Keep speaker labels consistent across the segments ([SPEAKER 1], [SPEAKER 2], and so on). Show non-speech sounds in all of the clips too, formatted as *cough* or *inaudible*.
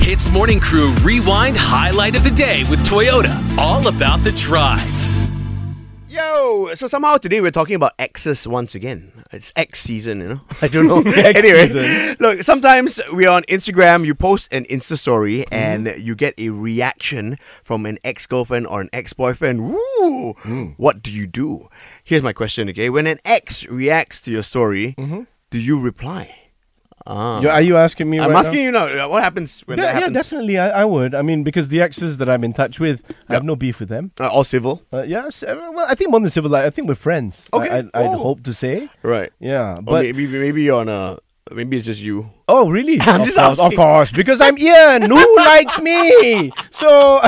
[SPEAKER 1] Hits Morning Crew Rewind Highlight of the Day with Toyota. All about the drive.
[SPEAKER 2] Yo! So somehow today we're talking about exes once again. It's X season, you know? I don't *laughs* know. anyway, look, sometimes we're on Instagram, you post an Insta story and
[SPEAKER 3] Mm-hmm.
[SPEAKER 2] you get a reaction from an ex girlfriend or an ex boyfriend. Woo!
[SPEAKER 3] Mm.
[SPEAKER 2] What do you do? Here's my question, okay? When an ex reacts to your story,
[SPEAKER 3] Mm-hmm.
[SPEAKER 2] do you reply?
[SPEAKER 3] You- Are you asking me?
[SPEAKER 2] I'm
[SPEAKER 3] right
[SPEAKER 2] asking you now, uh, what happens when
[SPEAKER 3] Now?
[SPEAKER 2] that
[SPEAKER 3] Yeah, yeah,
[SPEAKER 2] happens?
[SPEAKER 3] definitely. I, I would. I mean, because the exes that I'm in touch with, I have no beef with them.
[SPEAKER 2] Uh, all civil.
[SPEAKER 3] Uh, yeah. s- uh, Well, I think more than civil. Like, I think we're friends. I-
[SPEAKER 2] Okay.
[SPEAKER 3] I, I'd
[SPEAKER 2] Oh.
[SPEAKER 3] hope to say.
[SPEAKER 2] Right.
[SPEAKER 3] Yeah.
[SPEAKER 2] Or
[SPEAKER 3] But
[SPEAKER 2] maybe, maybe you're on a. Maybe it's just you.
[SPEAKER 3] oh,
[SPEAKER 2] *laughs*
[SPEAKER 3] really?
[SPEAKER 2] I'm
[SPEAKER 3] of
[SPEAKER 2] just
[SPEAKER 3] course,
[SPEAKER 2] asking.
[SPEAKER 3] Of course, because I'm
[SPEAKER 2] *laughs*
[SPEAKER 3] Ian. Who likes me? So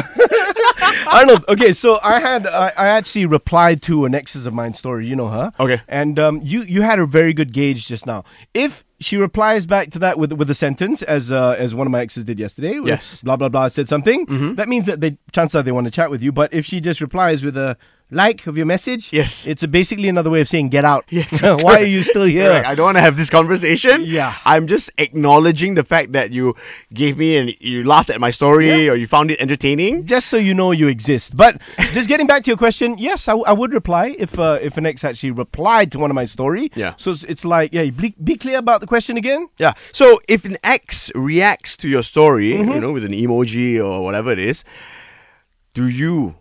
[SPEAKER 3] Arnold. Okay. So I had I, I actually replied to an exes of mine story. You know her.
[SPEAKER 2] Okay.
[SPEAKER 3] And um, you you had a very good gauge just now. If she replies back to that with with a sentence, as uh, as one of my exes did yesterday, with
[SPEAKER 2] Yes. Mm-hmm.
[SPEAKER 3] blah blah blah said something, that means that they chances are they want to chat with you. But if she just replies with a like of your message,
[SPEAKER 2] Yes.
[SPEAKER 3] it's a basically another way of saying get out. *laughs* Why are
[SPEAKER 2] *laughs*
[SPEAKER 3] you still here?
[SPEAKER 2] Correct. I don't want to have this conversation.
[SPEAKER 3] Yeah.
[SPEAKER 2] I'm just acknowledging the fact that you gave me and you laughed at my story or you found it entertaining.
[SPEAKER 3] just so you know you exist. But just getting back to your question, yes, I, w- I would reply if uh, if an ex actually replied to one of my story.
[SPEAKER 2] Yeah.
[SPEAKER 3] So it's, it's like, yeah, be, be clear about the question again.
[SPEAKER 2] Yeah. So if an ex reacts to your story,
[SPEAKER 3] Mm-hmm.
[SPEAKER 2] you know, with an emoji or whatever it is, do you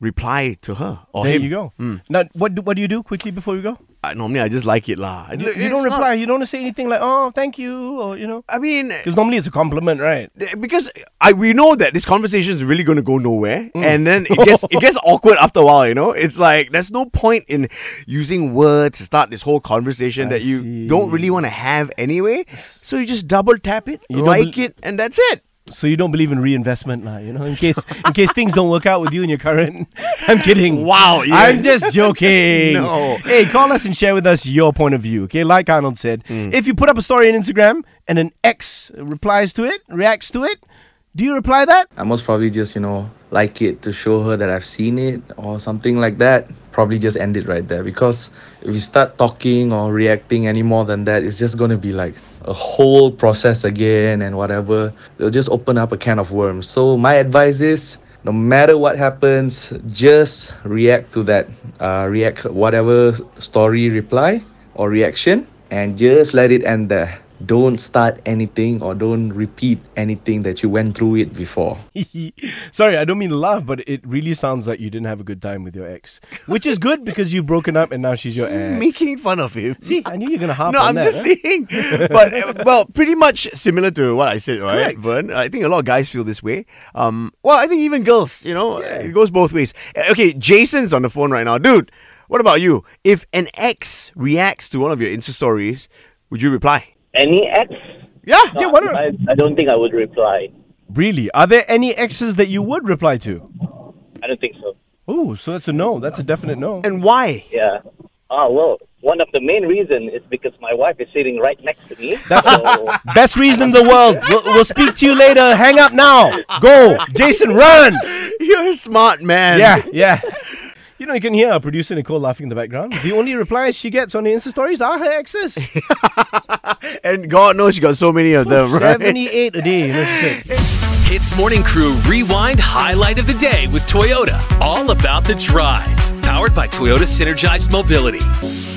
[SPEAKER 2] reply to her or
[SPEAKER 3] There
[SPEAKER 2] Oh, him? Hmm.
[SPEAKER 3] you go. Now, what do, what do you do quickly before we go?
[SPEAKER 2] I, normally, I just like it lah. I
[SPEAKER 3] You,
[SPEAKER 2] don't-
[SPEAKER 3] you
[SPEAKER 2] it's
[SPEAKER 3] don't
[SPEAKER 2] not-
[SPEAKER 3] reply. You don't say anything like, oh, thank you, or you know,
[SPEAKER 2] I mean,
[SPEAKER 3] because normally it's a compliment, right?
[SPEAKER 2] because I we know that this conversation is really going to go nowhere,
[SPEAKER 3] Mm.
[SPEAKER 2] and then it gets it
[SPEAKER 3] *laughs*
[SPEAKER 2] gets awkward after a while. You know, it's like there's no point in using words to start this whole conversation that you
[SPEAKER 3] see.
[SPEAKER 2] don't really want to have anyway. So you just double tap it,
[SPEAKER 3] You don't
[SPEAKER 2] like
[SPEAKER 3] bel-
[SPEAKER 2] it, and that's it.
[SPEAKER 3] So you don't believe in reinvestment, lah, you know, in case in case things don't work out with you and your current. *laughs* I'm kidding.
[SPEAKER 2] Wow, yeah.
[SPEAKER 3] I'm just joking.
[SPEAKER 2] *laughs* No.
[SPEAKER 3] Hey, call us and share with us your point of view. Okay, like Arnold said,
[SPEAKER 2] Mm.
[SPEAKER 3] if you put up a story on Instagram and an ex replies to it, reacts to it, do you reply that? *laughs*
[SPEAKER 4] I most probably just, you know, like it to show her that I've seen it or something like that. Probably just end it right there because if we start talking or reacting any more than that, it's just going to be like a whole process again and whatever. It'll just open up a can of worms. So, my advice is no matter what happens, just react to that. Uh, react whatever story reply or reaction and just let it end there. Don't start anything or don't repeat anything that you went through it before.
[SPEAKER 3] Sorry, I don't mean to laugh, but it really sounds like you didn't have a good time with your ex, which is good because you've broken up and now she's your ex.
[SPEAKER 2] Making fun of him.
[SPEAKER 3] See, I knew you were gonna harp
[SPEAKER 2] No,
[SPEAKER 3] on
[SPEAKER 2] I'm
[SPEAKER 3] that,
[SPEAKER 2] just
[SPEAKER 3] huh?
[SPEAKER 2] saying. *laughs* But uh, well, pretty much similar to what I said, right,
[SPEAKER 3] Correct.
[SPEAKER 2] Vern? I think a lot of guys feel this way. Um, well, I think even girls, you know, it goes both ways. Uh, Okay, Jason's on the phone right now, dude. What about you? If an ex reacts to one of your Insta stories, would you reply?
[SPEAKER 5] Any ex?
[SPEAKER 2] Yeah,
[SPEAKER 3] Yeah,
[SPEAKER 2] yeah.
[SPEAKER 3] why don't-
[SPEAKER 5] I, I don't think I would reply.
[SPEAKER 3] Really? Are there any exes that you would reply to?
[SPEAKER 5] I don't think so.
[SPEAKER 3] Oh, so that's a no. That's a definite no.
[SPEAKER 2] And why?
[SPEAKER 5] Yeah. Ah, well, one of the main reason is because my wife is sitting right next to me.
[SPEAKER 3] That's *laughs*
[SPEAKER 5] so,
[SPEAKER 3] Best reason in the world. We'll, we'll speak to you later. Hang up now. Go, Jason, run.
[SPEAKER 2] You're a smart man.
[SPEAKER 3] Yeah, yeah. You know, you can hear our producer Nicole laughing in the background. The only replies she gets on the Insta stories are her exes.
[SPEAKER 2] And God knows you got so many of *laughs* them, right?
[SPEAKER 3] 78 a day. You know, she said.
[SPEAKER 1] Hits Morning Crew Rewind Highlight of the Day with Toyota. All about the drive. Powered by Toyota Synergized Mobility.